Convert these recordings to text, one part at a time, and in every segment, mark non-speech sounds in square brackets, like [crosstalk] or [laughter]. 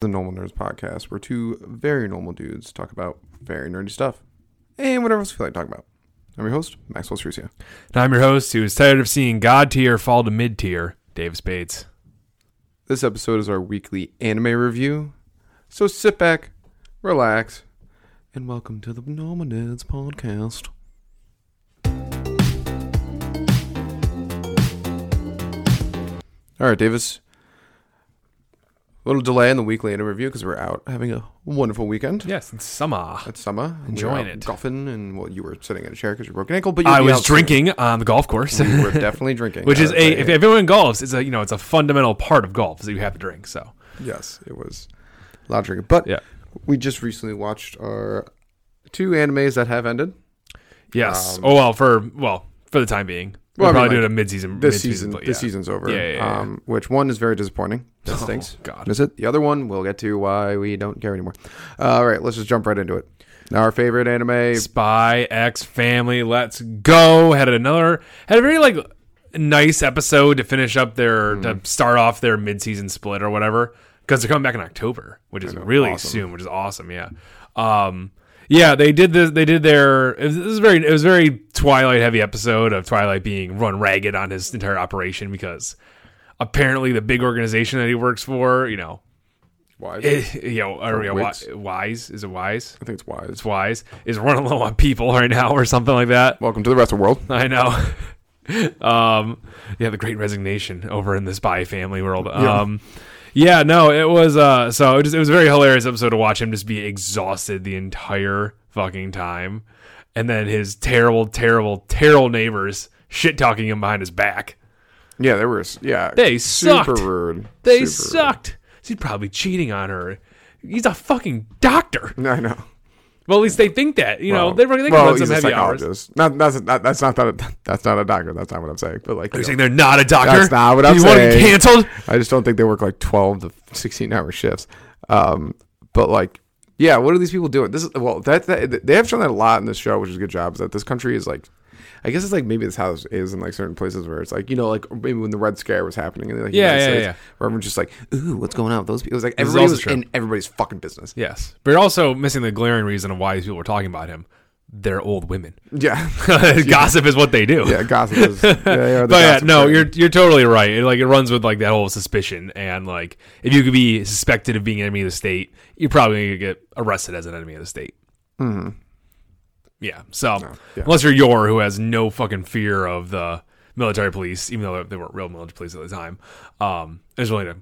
the Normal Nerds podcast, where two very normal dudes talk about very nerdy stuff and whatever else we feel like talking about. I'm your host, Maxwell Strucia. And I'm your host who is tired of seeing God tier fall to mid tier, Dave Spades. This episode is our weekly anime review, so sit back, relax, and welcome to the Normal Nerds podcast. All right, Davis. A little delay in the weekly anime review because we're out having a wonderful weekend. Yes, it's summer. It's summer. We were Enjoying out it. Golfing, and well, you were sitting in a chair because you broke an ankle, but you I was drinking on the golf course, You [laughs] were definitely drinking, which I is would a say. if everyone golfs, it's a you know it's a fundamental part of golf is that you have to drink. So yes, it was a lot of drinking. But Yeah. we just recently watched our two animes that have ended yes. Um, oh well, for well for the time being, Well, we'll I mean, probably like, do it a mid season. this season. This season's over. Yeah, yeah, yeah. Um, which one is very disappointing. That Oh, stinks. God. Miss it. The other one we'll get to why we don't care anymore. all right, let's just jump right into it. Our favorite anime. Spy X Family, let's go. Had another had a very like nice episode to finish up their to start off their mid season split or whatever because they're coming back in October, which is really awesome. soon, which is awesome. Yeah, um, yeah, they did this. They did their. It was, this is very. It was a very Twilight heavy episode of Twilight being run ragged on his entire operation because apparently the big organization that he works for, you know, Wise. it, you know, or, you know, Wix. Wi- wise is it wise? I think it's wise. it's wise is running low on people right now or something like that. [laughs] Welcome to the rest of the world. I know. [laughs] um, yeah, the great resignation over in the spy family world. Um, yeah, no, it was uh, so it, just, it was a very hilarious episode to watch him just be exhausted the entire fucking time, and then his terrible, terrible, terrible neighbors shit talking him behind his back. Yeah, there was. Yeah, They super sucked. rude. They super rude. sucked. He's probably cheating on her. He's a fucking doctor. I know. Well, at least they think that. You know, Well, they they Oh. well, well, run he's some a heavy hours. psychologist. Not, that's not that's not that that's not a doctor. That's not what I'm saying. But like, Are you you know, saying they're not a doctor? That's not what I'm you want saying. them canceled? I just don't think they work like 12 to 16 hour shifts. Um, but like, yeah, what are these people doing? This is well, that, that they have shown that a lot in this show, which is a good job. Is that this country is like. I guess it's like maybe this house is in like certain places where it's like you know like maybe when the Red Scare was happening in the like, Yeah, United yeah, States, yeah. where everyone's just like ooh what's going on with those people it was like is everybody also was true. in everybody's fucking business Yes. But you're also missing the glaring reason of why these people were talking about him. They're old women. yeah [laughs] Gossip is what they do. yeah gossip is yeah, they are the But yeah, gossip no, train. you're you're totally right. It, like it runs with like that whole suspicion, and like if you could be suspected of being an enemy of the state, you're probably gonna get arrested as an enemy of the state. Mm-hmm. Yeah. So Oh, yeah. unless you're Yor, who has no fucking fear of the military police, even though they weren't real military police at the time, um, is willing to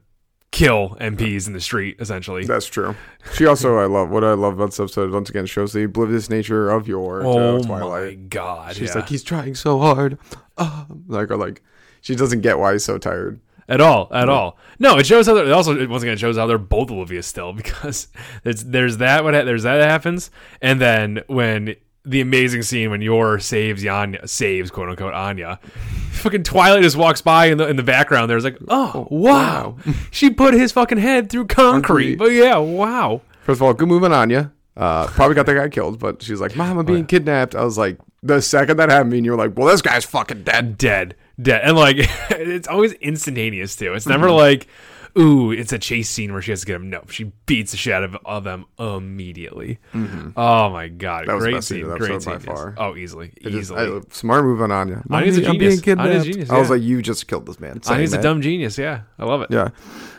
kill MPs in the street essentially. That's true. She also, I love what I love about this episode. Once again, shows the oblivious nature of your to oh my Twilight. god! She's yeah. like, he's trying so hard. Ah, like, or like, she doesn't get why he's so tired. at all, at all. No, it shows how they're, it also once again it shows how they're both oblivious still [laughs] because there's there's that what ha- there's that happens, and then when the amazing scene when Yor saves Yanya saves quote unquote Anya, fucking Twilight just walks by in the in the background. There's like, oh wow, [laughs] she put his fucking head through Concrete. concrete. But yeah, wow. First of all, good move on Anya. Uh, probably got that guy killed, but she's like, Oh, Mom, I'm being kidnapped. I was like, the second that happened, you were like, Well, this guy's fucking dead. dead, dead, and like [laughs] it's always instantaneous too. It's never Mm-hmm. like, ooh, it's a chase scene where she has to get him. No, she beats the shit out of, of them immediately. Oh my Mm-hmm. That was god, the great best scene scene, of the great episode scene. by yes. far. Oh, easily, Just- easily. I- smart move on Anya. Anya's a Mommy, I'm genius. being kidnapped. Anya's a genius, I was yeah. like, You just killed this man. I, Saying Ah, he's a that. dumb genius. Yeah, I love it. Yeah.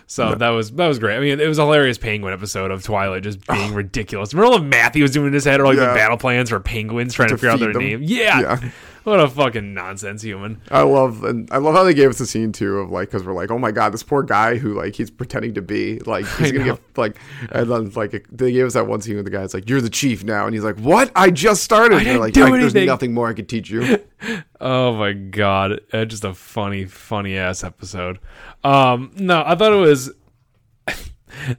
So that was that was great. I mean, it was a hilarious penguin episode of Twilight just being ridiculous. Remember when Matthew was doing in his head or like Yeah. the battle plans for penguins trying to, To figure out feed their them. name? Yeah. Yeah. [laughs] What a fucking nonsense human. I love and I love how they gave us the scene too of like because we're like oh my god this poor guy who like he's pretending to be like he's gonna know. get like and then like they gave us that one scene with the guy's like you're the chief now and he's like what I just started And they're didn't like, do "Like, there's anything." nothing more I could teach [laughs] you Oh my god, Uh, just a funny, funny ass episode. Um, no, I thought it was [laughs]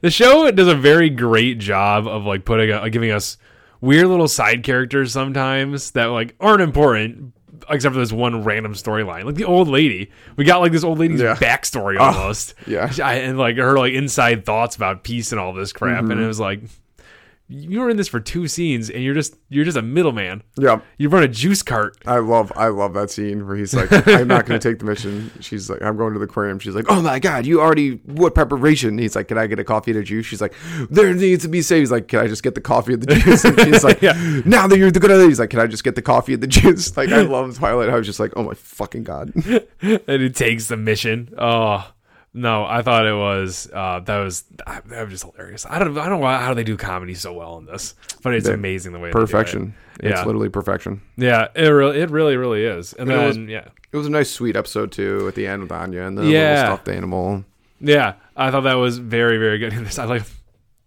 the show does a very great job of like putting a, giving us weird little side characters sometimes that like aren't important except for this one random storyline like the old lady we got like this old lady's Yeah. [laughs] Oh, backstory almost yeah. [laughs] Mm-hmm. I- and like her like inside thoughts about peace and all this crap and it was like you were in this for two scenes and you're just you're just a middleman. Yeah, You run a juice cart. I love I love that scene where he's like, I'm not going to take the mission. She's like, I'm going to the aquarium. She's like, Oh my god, you already what preparation? He's like, Can I get a coffee and a juice? She's like, There needs to be saved. He's like, Can I just get the coffee and the juice? And she's [laughs] like, Now that you're the good at it, he's like, Can I just get the coffee and the juice? Like I love Twilight. I was just like, Oh my fucking [laughs] god. and he takes the mission. Oh no, I thought it was uh, that was that was just hilarious. I don't I don't know how they do comedy so well in this, but it's They- amazing the way they do it. Perfection. It's Yeah. literally perfection. Yeah, it really it really really is. And And it then was- yeah, It was a nice sweet episode too at the end with Anya and the Yeah. little stuffed animal. yeah, I thought that was very very good. in this I like.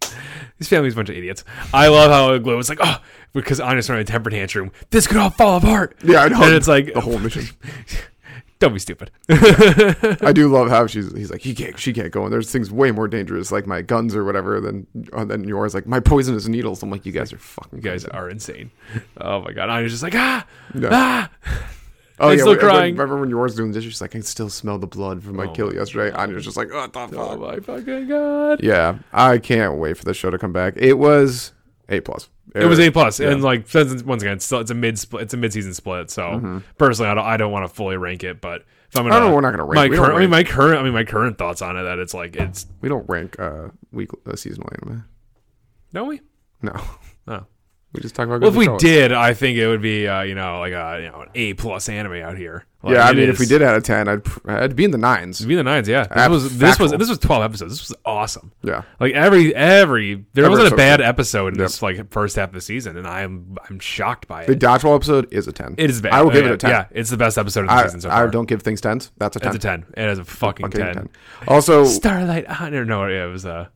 [laughs] This family's a bunch of idiots. I love how Glow was like, oh, because Anya's throwing a temper tantrum. This could all fall apart. Yeah, I know. And it's like, the whole mission. don't be stupid. [laughs] I do love how she's he's like he can't she can't go and there's things way more dangerous like my guns or whatever than uh, than yours like my poisonous needles I'm like you guys are fucking you guys are insane. Oh my god, Anya's just like, ah, Yeah. ah. oh I'm yeah when- still when- crying. remember when yours doing this she's like I can still smell the blood from my Oh kill my yesterday Anya's just like oh the fuck Oh my fucking god. yeah I can't wait for the show to come back it was a plus Uh, It was a plus, Yeah. and like since it's- once again, it's, still, it's a mid split, it's a mid season split. So personally, I don't, I don't want to fully rank it, but if I'm gonna, Mm-hmm. I don't know, we're not gonna rank. my We don't current, I mean, rank. my current, I mean, my current thoughts on it that it's like it's we don't rank uh week uh, seasonal anime don't we? no Oh. [laughs] we just talk about Well, if good we shows. did, I think it would be uh, you know like a you know an A plus anime out here. Like, yeah I it mean if we is- did out of ten I'd pr- I'd be in the nines it'd be the nines, yeah. This Ah, was this was factual. this was twelve episodes. This was awesome. yeah Like every every there Every wasn't a episode. bad episode in this like first half of the season, and I'm I'm shocked by the it. dodgeball episode is a ten It is bad. I will Oh, give yeah, it a ten Yeah, it's the best episode of the I, season so I far. don't give things tens. That's a ten. It's a ten. It is a fucking, Fucking 10. 10. Also, Starlight Anya. No, yeah, it was uh,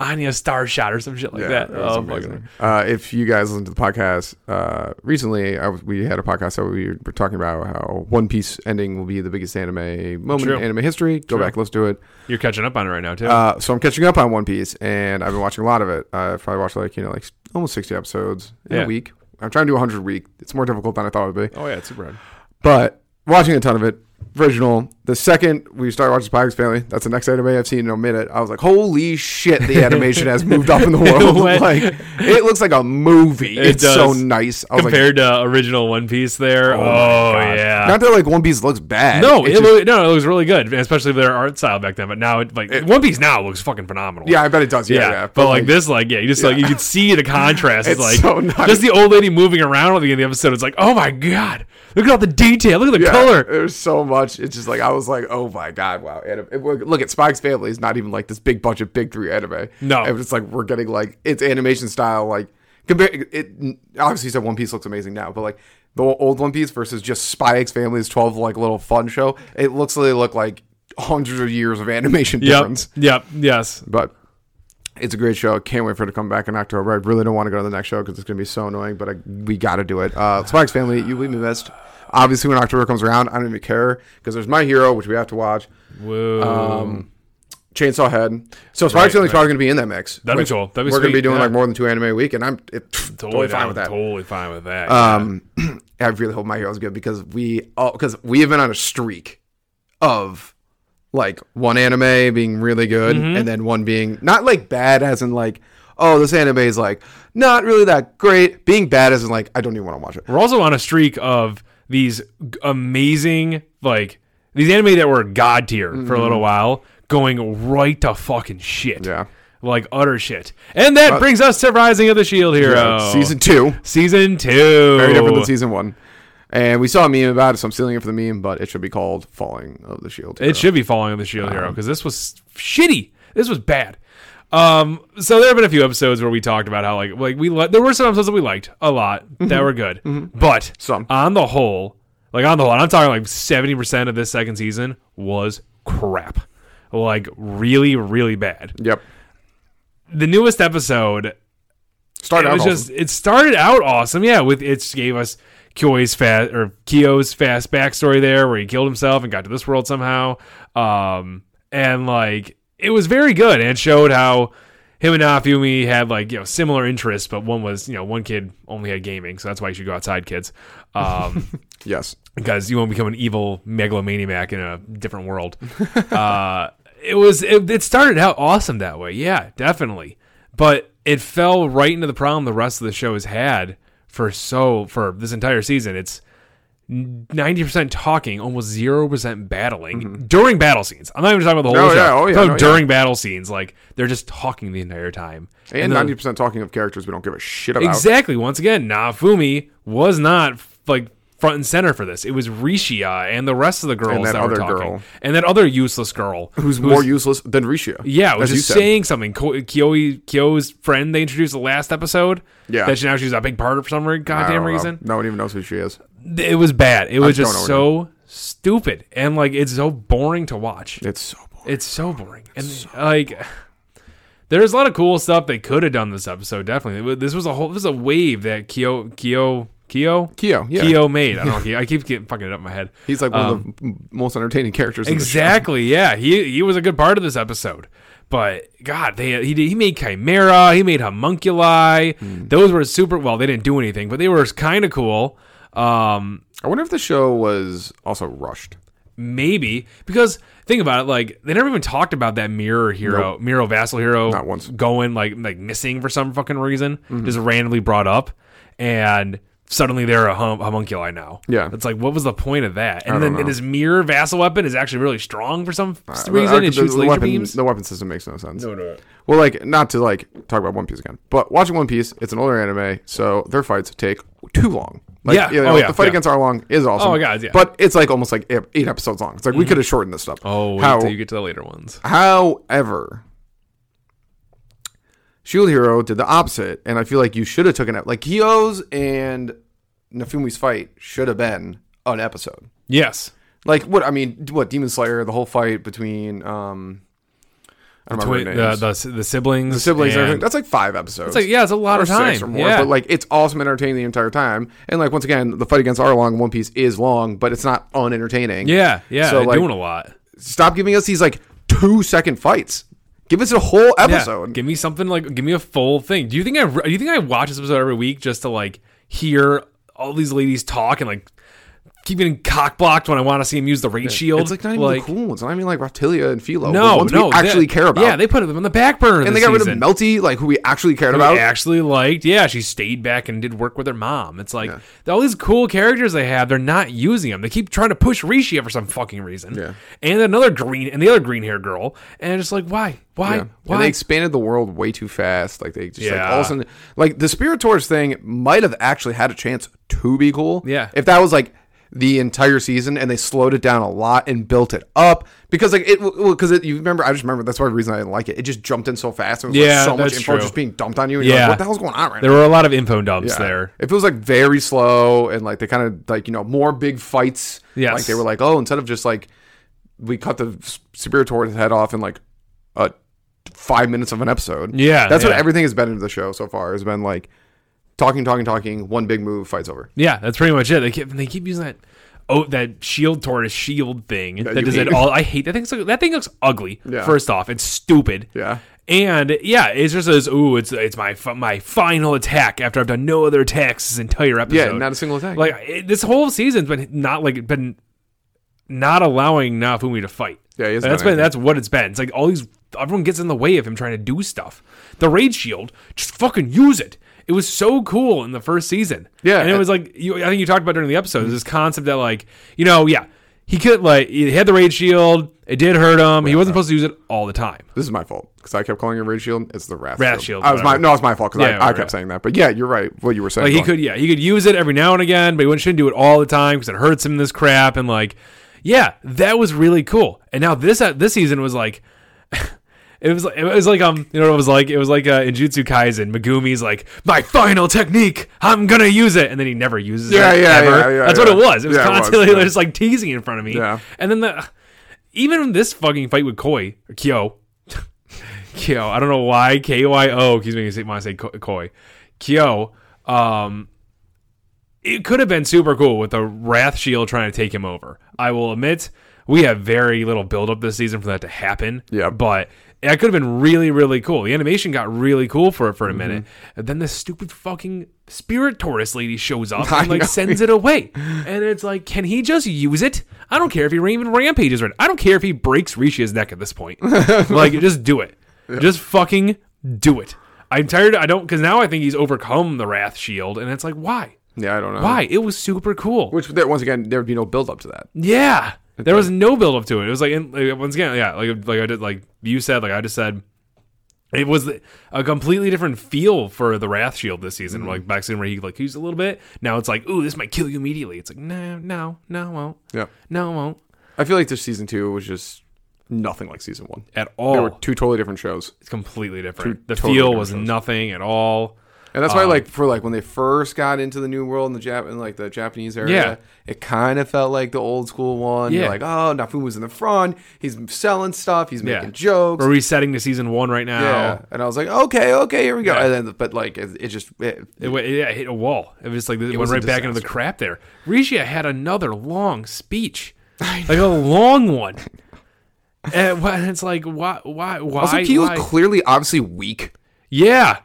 Anya Star Shot or some shit like yeah, that. that was Oh, amazing. fucking. Uh, if you guys listen to the podcast uh, recently, I was, we had a podcast that we were talking about how One Piece ending will be the biggest anime moment True. in anime history. Go True. back, let's do it. You're catching up on it right now, too. Uh, so I'm catching up on One Piece, and I've been watching a lot of it. Uh, I've probably watched like you know like almost 60 episodes in Yeah. a week. I'm trying to do 100 a week. It's more difficult than I thought it would be. oh, yeah, it's super hard. but watching a ton of it. Original. The second we started watching Spy X Family, that's the next anime I've seen in a minute. I was like, holy shit, the animation [laughs] has moved up in the world. [laughs] What? like, it looks like a movie. It it's so does. nice. I was Compared to original One Piece there. Oh, like, my God. yeah. Not that like One Piece looks bad. no, It's just- it, loo- no, it looks really good, especially their art style back then. But now, it, like One Piece now looks fucking phenomenal. yeah, I bet it does. Yeah, yeah, yeah. but, like, this, like yeah, you just like you could see the contrast. It's, [laughs] It's like so nice. just the old lady moving around at the end of the episode. It's like, oh my god, look at all the detail, look at the yeah, color. There's so much. It's just like I was like, oh my god, wow. And it- it- look at Spike's Family is not even like this big budget big three anime. No. and it's like we're getting like it's animation style like compare it. Obviously, so One Piece looks amazing now, but like the old One Piece versus just Spike's Family's twelve like little fun show. It looks like they look like hundreds of years of animation Yep, difference. yep, yes. But it's a great show. Can't wait for it to come back in October. I really don't want to go to the next show because it's going to be so annoying, but I, we got to do it. Uh, Spike's Family, you leave me best. Obviously, when October comes around, I don't even care because there's My Hero, which we have to watch. Whoa. Um, Chainsaw Head. So Spike's Right, Family's right. probably going to be in that mix. That'd be which cool. That'd be we're going to sweet, be doing yeah. like more than two anime a week, and I'm it, totally fine down- with that. Totally fine with that. Um, [clears throat] I really hope My Hero's good because we all because we have been on a streak of like one anime being really good Mm-hmm. and then one being not like bad as in like oh this anime is like not really that great being bad as in like I don't even want to watch it. We're also on a streak of these g- amazing, like these anime that were god tier for Mm-hmm. a little while, going right to fucking shit. Yeah. like utter shit. And that brings us to Rising of the Shield Hero, Uh, season two season two. very different than season one, and we saw a meme about it, so I'm stealing it for the meme, but it should be called Falling of the Shield. Hero. It should be following the Shield Uh-huh. Hero because this was shitty. This was bad. Um, so there have been a few episodes where we talked about how like like we li- there were some episodes that we liked a lot Mm-hmm. that were good, but Some. on the whole, like on the whole, and I'm talking like seventy percent of this second season was crap, like really really bad. yep. The newest episode Start it out was awesome. just it started out awesome, yeah. With it gave us Kyo's fast or Kyo's fast backstory there, where he killed himself and got to this world somehow, um, and like it was very good and it showed how him and Afumi had like you know similar interests, but one was you know one kid only had gaming, so that's why you should go outside, kids. [laughs] Um, yes. because you won't become an evil megalomaniac in a different [laughs] world. uh, it was it, it started out awesome that way, yeah, definitely. but it fell right into the problem the rest of the show has had for so for this entire season. It's 90% talking, almost 0% battling during battle scenes. I'm not even talking about the whole No, show. yeah, Mm-hmm. oh, yeah, Talking no, yeah. during battle scenes, like they're just talking the entire time. And the- ninety percent talking of characters we don't give a shit about. Exactly. Once again, Nafumi was not like front and center for this. It was Rishia and the rest of the girls And that, that were other talking, girl. and that other useless girl Who's more useless than Risha? yeah, was as you just said. saying something. Ko- Kyo Kyo's friend they introduced the last episode. Yeah. that she now she's a big part of for some re- I don't goddamn know. reason. No one even knows who she is. It was bad. It was don't just know so stupid and like it's so boring to watch. It's so boring. It's so boring. And [sighs] like there's a lot of cool stuff they could have done this episode definitely. It wa- This was a whole this was a wave that Kyo Kyo Kyo Kyo, yeah. Kyo made. I don't know. I keep getting fucking it up in my head. He's like one Um, of the m- most entertaining characters. In Exactly. Yeah, he he was a good part of this episode. But God, they he did, he made Chimera, he made Homunculi. Those were super. Well, they didn't do anything, but they were kind of cool. Um, the show. I wonder if the show was also rushed. maybe because think about it, like they never even talked about that mirror hero, mirror vassal hero, Not once. Mm-hmm. going like like missing for some fucking reason, just randomly brought up, and suddenly they're a hum- homunculi now. Yeah. it's like what was the point of that? And don't then know. this mirror vassal weapon is actually really strong for some Uh, reason. It shoots laser weapon, beams. The weapon system makes no sense. Well, like not to like talk about One Piece again, but watching One Piece, it's an older anime, so their fights take too long. Like, Yeah. you Oh, know, yeah, the fight yeah. against Arlong is awesome. Oh, my God, yeah. Mm-hmm. but it's like almost like e-, eight eight episodes long. It's like we could have shortened this stuff. Oh, wait How- till you get to the later ones. However, Shield Hero did the opposite, and I feel like you should have taken it. Like Kyo's and Nafumi's fight should have been an episode. Yes. Like what I mean, what Demon Slayer, the whole fight between um, I don't Twi- remember their uh, the, names. the, the siblings. the siblings and and- everything. That's like five episodes. It's like, yeah, it's a lot or of time. six or more. yeah. But like, it's awesome, and entertaining the entire time. And like, once again, the fight against Arlong in One Piece is long, but it's not unentertaining. yeah, yeah, So, they're like, doing a lot. Stop giving us these like two second fights. Give us a whole Yeah. episode. Give me something like, give me a full thing. Do you think I, re- do you think I watch this episode every week just to like hear all these ladies talk and like keep getting cock blocked when I want to see them use the raid shield? It's like not even the cool ones. Not even like Reptilia and Philo. the No, ones no, we actually they- care about. Yeah, they put them on the back burner. and they got rid of Melty, like who we actually cared I about. actually liked. Yeah, she stayed back and did work with her mom. It's like all these cool characters they have, they're not using them. They keep trying to push Rishia for some fucking reason. Yeah. And another green and the other green hair girl. And it's like, why? Why? Yeah. And Why? they expanded the world way too fast. Like they just like Yeah. all of a sudden, like the Spiritors thing might have actually had a chance to be cool. Yeah. if that was like the entire season and they slowed it down a lot and built it up because like it because it you remember I just remember that's why the reason I didn't like it. It just jumped in so fast. And it was Yeah, like so much that's info true. just being dumped on you. And yeah, Yeah. what the hell's going on right now? there were a lot of info dumps Yeah. there. It feels like very slow and like they kind of like you know more big fights. Yes. Like they were like, oh, instead of just like we cut the S- Spiritor's head off in like uh, five minutes of an episode. Yeah, That's yeah. what everything has been in the show so far. Has been like talking, talking, talking. One big move, fights over. Yeah, that's pretty much it. They keep they keep using that oh that shield tortoise shield thing that, you does it hate. all. I hate that thing. That thing looks ugly. Yeah. First off, it's stupid. Yeah. And yeah, it's just as ooh, it's it's my fi- my final attack after I've done no other attacks this entire episode. Yeah, not a single attack. like it, this whole season's been not like been not allowing Nafumi to fight. Yeah, he hasn't that's done been that's what it's been. It's like all these everyone gets in the way of him trying to do stuff. The raid shield, just fucking use it. It was so cool in the first season. Yeah. and it was like you, I think you talked about during the episode this concept that like you know yeah he could like he had the raid shield. It did hurt him. He wasn't supposed to use it all the time. this is my fault because I kept calling it Red Shield. It's the Wrath, Wrath Shield, I was my, whatever. no, it's my fault because Yeah, I, I whatever. kept saying that. But yeah, you're right. What you were saying. Like is he wrong. could, yeah, he could use it every now and again, but he wouldn't- shouldn't do it all the time because it hurts him in this crap. And like, yeah, that was really cool. And now this uh, this season was like, [laughs] it was like it was like um, you know what it was like? It was like uh, in Jujutsu Kaisen, Megumi's like my final technique. I'm gonna use it, and then he never uses Yeah, it. yeah, ever. yeah, yeah, That's yeah. what it was. It was Yeah, it was, constantly yeah. just like teasing in front of me. Yeah. And then the even this fucking fight with Koi or Kyo. [laughs] Kyo. I don't know why K Y O. Excuse me. I say- When I say Ko- Koi, Kyo. Um, it could have been super cool with the Wrath Shield trying to take him over. I will admit we have very little build up this season for that to happen. Yeah. but that could have been really really cool. The animation got really cool for it for a Mm-hmm. minute, and then this stupid fucking spirit tortoise lady shows [laughs] up and like know. sends it away, and it's like, can he just use it? I don't care if he ra- even rampages right. I don't care [laughs] if he breaks Rishi's neck at this point. like, just do it. Just fucking do it. I'm tired. I don't because now I think he's overcome the Wrath Shield, and it's like why? Yeah, I don't know Why? It was super cool. Which there, once again, there would be no build up to that. Yeah, there was no build up to it. It was like, in, like, once again, yeah, like like I did, like you said, like I just said, it was a completely different feel for the Wrath Shield this season. Mm-hmm. Like back soon where he like used a little bit. Now it's like, ooh, this might kill you immediately. It's like, no, no, no, it won't, Yeah, no, it won't I feel like this season two was just nothing like season one. at There were all. two totally different shows, It's completely different. the totally feel different was shows. nothing at all. and that's why Uh, like for like when they first got into the new world in the Jap in like the Japanese area, Yeah. it kind of felt like the old school one. You're Yeah. like oh, Nafuma's in the front. He's selling stuff. He's Yeah. making jokes. We're resetting to season one right now. Yeah, and I was like, okay, okay, here we go. Yeah. And then, but like, it, it just it, It, went, yeah, it hit a wall. It was like it was went a right back into the disaster. crap there. Risha had another [laughs] long speech, like a long one. and wha- it's like why, why, why? also he was why? clearly obviously weak. yeah,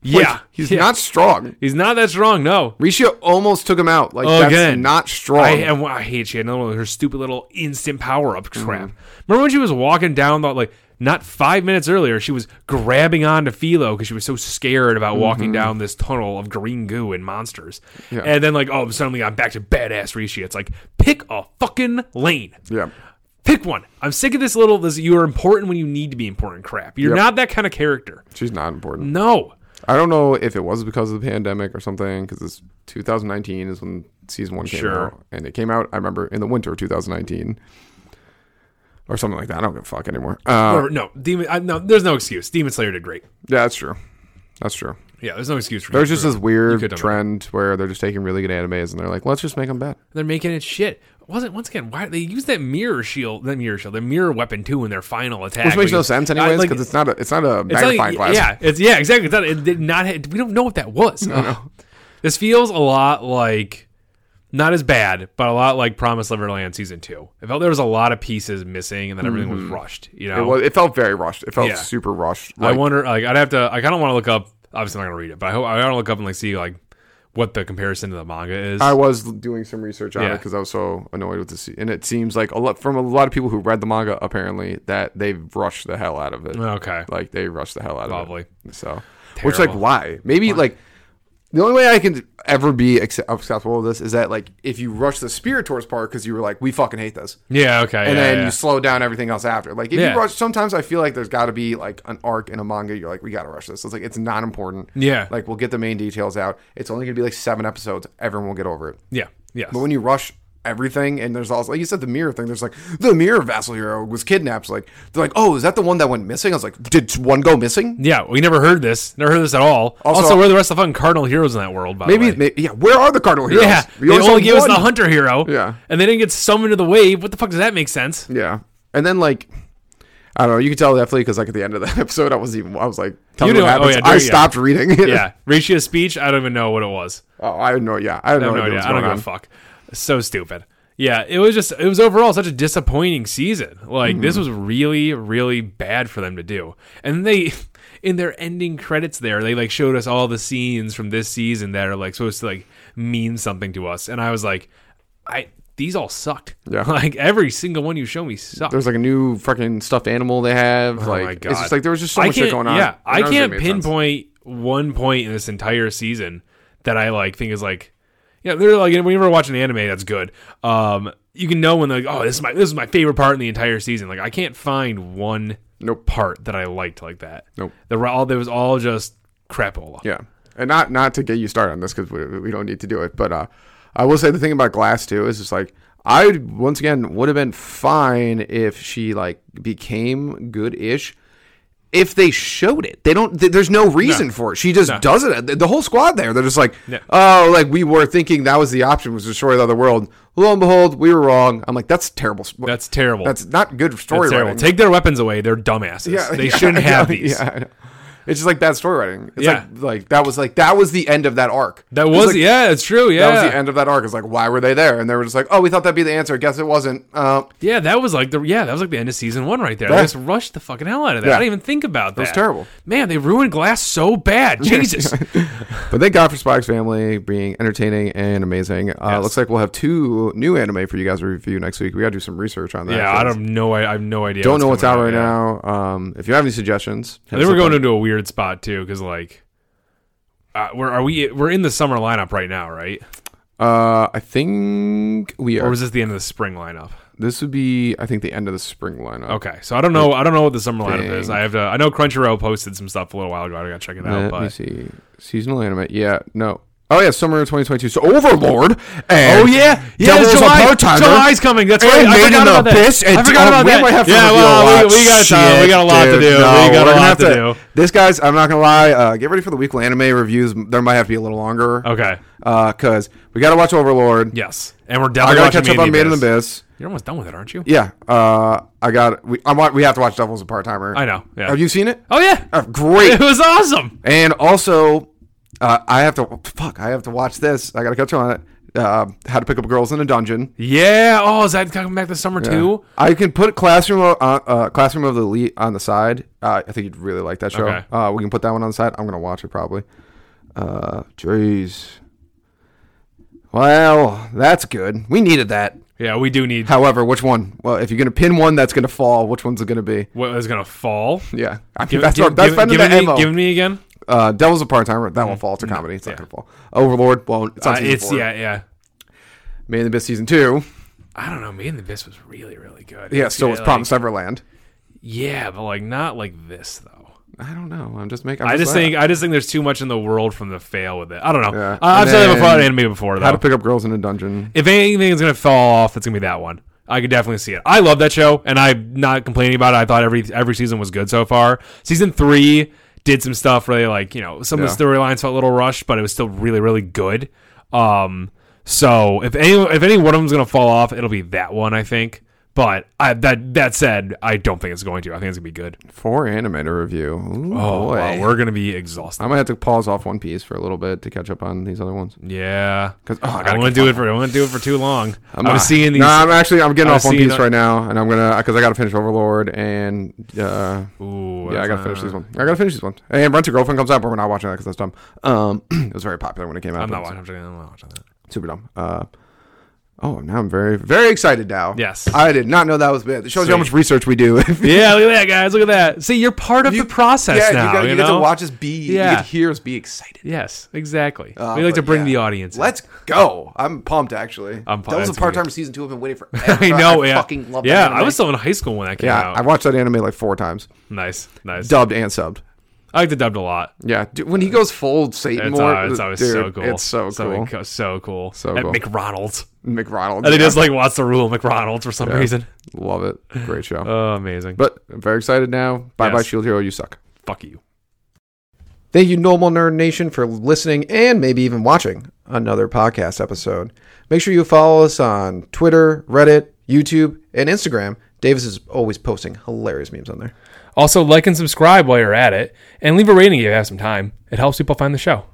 yeah. Like, he's yeah. not strong. He's not that strong. No. Risha almost took him out. Like that's Again. not strong. I, and wha- I hate she had another one of her stupid little instant power up Mm-hmm. crap. Remember when she was walking down the like not five minutes earlier, she was grabbing onto Philo because she was so scared about walking down this tunnel of green goo and monsters. Mm-hmm. Yeah. And then like, oh, suddenly I'm back to badass Rishi. It's like pick a fucking lane. yeah, Pick one. I'm sick of this little this you are important when you need to be important crap. You're not that kind of character. she's not important. No. I don't know if it was because of the pandemic or something. Because it's 2019 is when season one came Sure. out, and it came out. I remember in the winter of 2019. Or something like that. I don't give a fuck anymore. Uh, Or, no, Demon I, no, there's no excuse. Demon Slayer did great. yeah, that's true. That's true. Yeah, there's no excuse for There's just this weird could've done trend where they're just taking really good animes and they're like, let's just make them bad. They're making it shit. Wasn't once again why they use that mirror shield, that mirror shield, the mirror weapon too in their final attack, Which makes Like, no sense, I- anyways, like, because it's not a it's not a it's not- magnifying glass. Yeah, it's yeah, exactly. It's not, it did not. ha- We don't know what that was. Ugh. This feels a lot like not as bad, but a lot like Promise Neverland season two. I felt there was a lot of pieces missing, and then everything was rushed. You know, Mm-hmm. It, was, it felt very rushed. It felt Yeah. super rushed. I Like, wonder. Like, I'd have to. I kind of want to look up. Obviously, I'm not gonna read it, but I hope I want to look up and like see like what the comparison to the manga is. I was doing some research on it Yeah. because I was so annoyed with this, and it seems like a lot from a lot of people who read the manga apparently that they rushed the hell out of it. okay, Like they rushed the hell out Probably. of it. So, which like Terrible. why? Maybe like the only way I can ever be acce- acceptable of this is that like if you rush the spirit towards part because you were like we fucking hate this, yeah, okay, and yeah, then yeah. you slow down everything else after. Like if Yeah. you rush, sometimes I feel like there's got to be like an arc in a manga. You're like, we got to rush this. It's like it's not important. Yeah. like we'll get the main details out. It's only gonna be like seven episodes. Everyone will get over it. yeah, yeah. But when you rush everything, and there's also like you said the mirror thing. There's like the mirror vassal hero was kidnapped. Like they're like, oh, is that the one that went missing? I was like, did one go missing? Yeah, we never heard this. Never heard this at all. Also- Also, where are the rest of the fucking cardinal heroes in that world? By Maybe, the way? maybe yeah. Where are the cardinal heroes? yeah, We they saw only gave us the one. hunter hero. Yeah. and they didn't get summoned to the wave. What the fuck does that [laughs] make sense? Yeah, and then like. I don't know. You can tell definitely because like at the [laughs] end of that episode, I was even I was like, "Tell You me what know- oh, happens." yeah, I during- yeah. stopped reading. [laughs] Yeah, Rishi's speech. I don't even know what it was. Oh, I had no. Yeah, I had no, I have idea. no idea. What's I don't going give on. a fuck. So stupid. Yeah, it was just it was overall such a disappointing season. Like this Hmm. was really really bad for them to do. And they [laughs] in their ending credits there, they like showed us all the scenes from this season that are like supposed to like mean something to us. And I was like I these all sucked. Yeah. [laughs] Like every single one you show me sucked. There's like a new fucking stuffed animal they have. like Oh my it's just God. like there was just so much shit can't- going on. Yeah, I None of it can't made sense. pinpoint one point in this entire season that I like think is like, yeah, they're like whenever I watch an anime that's good. Um, you can know when like, oh, this is my this is my favorite part in the entire season. Like, I can't find one Nope. part that I liked like that. Nope. there were all there was all just crapola. Yeah, and not not to get you started on this because we, we don't need to do it. But uh, I will say the thing about Glass too is just like I would- once again would have been fine if she like became good ish. If they showed it, they don't. th- there's no reason for it. She just does it. The- The whole squad there, they're just like, oh, like we were thinking that was the option was destroy the other world. Lo and behold, we were wrong. I'm like, that's terrible. sp- That's terrible. That's not good story That's terrible. writing. Take their weapons away. They're dumbasses. [laughs] they yeah, shouldn't have yeah, these. Yeah, I know. It's just like bad story writing. It's Yeah. like like that was like that was the end of that arc. That It's was like, yeah, it's true. Yeah, that was the end of that arc. It's like why were they there? And they were just like, oh, we thought that'd be the answer. Guess it wasn't. Uh, Yeah, that was like the yeah, that was like the end of season one right there. Yeah. I just rushed the fucking hell out of that. Yeah. I didn't even think about that. It was terrible. Man, they ruined glass [laughs] so bad. Jesus. but thank God for Spike's family being entertaining and amazing. Uh, Yes. Looks like we'll have two new anime for you guys to review next week. We gotta do some research on that. yeah, I don't know. I, I have no idea. Don't know what's out right coming yeah. now. Um, if you have any suggestions, I think we're going into a weird weird spot too, because like, uh, we're are we we're in the summer lineup right now, right? Uh, I think we Or are. was this the end of the spring lineup? This would be, I think, the end of the spring lineup. Okay, so I don't know. I don't know what the summer lineup is. Think. I have to. I know Crunchyroll posted some stuff a little while ago. I gotta check it out. Let me But see. Seasonal anime. Yeah. No. Oh yeah, summer of 2022. So Overlord. And oh yeah, yeah, Devil it's is a July. part-timer. July's coming. That's And right. I Maiden forgot of about that. Abyss I and- forgot oh, about we that. might have to yeah, reveal well, a lot. we, we got time. We Shit, got a lot to dude, do. no, we got we're a gonna lot have to, do. This guys, I'm not gonna lie. Uh, get ready for the weekly anime reviews. There might have to be a little longer. Okay. Uh, cause we gotta watch Overlord. Yes, and we're I definitely gotta watching catch up on Made Maiden in of the Abyss. Abyss. You're almost done with it, aren't you? Yeah. Uh, I got. We I want. We have to watch Devil's a part timer. I know. Yeah. Have you seen it? oh yeah, Uh, great. it was awesome. And also, uh, I have to fuck. I have to watch this. I gotta catch on it. Uh, how to pick up girls in a dungeon. Yeah. Oh, is that coming back this summer too? I can put classroom o- on uh, classroom of the elite on the side. Uh, I think you'd really like that show. Okay. Uh, we can put that one on the side. I'm gonna watch it probably. Uh, Jeez. Well, that's good. We needed that. Yeah, we do need. However, which one? Well, if you're gonna pin one that's gonna fall, which one's it gonna be? What is gonna fall? Yeah, I mean, Give, that's give, what, that's give, been give, the me, MO. give me again. uh, Devil's a part timer. That won't fall. It's a comedy. It's not gonna fall. Overlord. Well, it's on Mm-hmm. Uh, season it's four. yeah, yeah. Man in the Abyss season two. [laughs] I don't know. Me and the Abyss was really, really good. Yeah, so Yeah, it's like- Promised Neverland. Yeah, but like not like this though. I don't know. I'm just making. I'm I just saying think I just think there's too much in the world from the fail with it. I don't know. Yeah. I, I've And said that before on then- anime before though. how to pick up girls in a dungeon. if anything is gonna fall off, it's gonna be that one. I could definitely see it. I love that show, and I'm not complaining about it. I thought every every season was good so far. Season three did some stuff really like you know some of the storylines felt a little rushed, but it was still really really good. Um, so if any if any one of them's gonna fall off, it'll be that one I think. But I, that that said, I don't think it's going to. I think it's gonna be good. For anime to review. Ooh, Oh, boy. wow, we're gonna be exhausted. I might have to pause off One Piece for a little bit to catch up on these other ones. Yeah, 'Cause, oh, I I, gotta don't want catch to do it for I want to do it for too long. I'm, not- seeing these. No, I'm actually I'm getting I off One see Piece the- right now, and I'm gonna because I gotta finish Overlord and uh, Ooh, yeah, I that's gotta finish not- these one. I gotta finish these one. And Rent a Girlfriend comes out, but we're not watching that because that's dumb. Um, [clears throat] it was very popular when it came out. I'm but not it's watching. I'm not watching that. Super dumb. Uh, oh, now I'm very very excited now. Yes. I did not know that was bad. It shows you how Sweet. much research we do. [laughs] [laughs] Yeah, look at that, guys. Look at that. See, you're part of You- the process yeah, now. you, gotta, you, get know? to watch us be, Yeah. you get to hear us be excited. Yes, exactly. Uh, we like to but bring yeah. the audience. in. Let's go. I'm pumped, actually. I'm pumped. That was a That's part time season two. I've been [laughs] waiting for. [laughs] I know. I yeah. fucking love yeah, that. I was still in high school when that came Yeah, out. I watched that anime like four times, nice, nice. dubbed and subbed. I like the dubbed a lot. Yeah, dude, when he goes full Satan Uh, It's, more, uh, it's always dude, so cool. It's so cool. co- so cool. So At cool. McDonald's, McRonald, and yeah. they just like what's the rule of McDonald's for some reason. love it. Great show. Oh, amazing. but I'm very excited now. Bye bye, Yes. Shield Hero. You suck. Fuck you. Thank you, Normal Nerd Nation, for listening and maybe even watching another podcast episode. Make sure you follow us on Twitter, Reddit, YouTube, and Instagram. Davis is always posting hilarious memes on there. Also, like and subscribe while you're at it, and leave a rating if you have some time. It helps people find the show.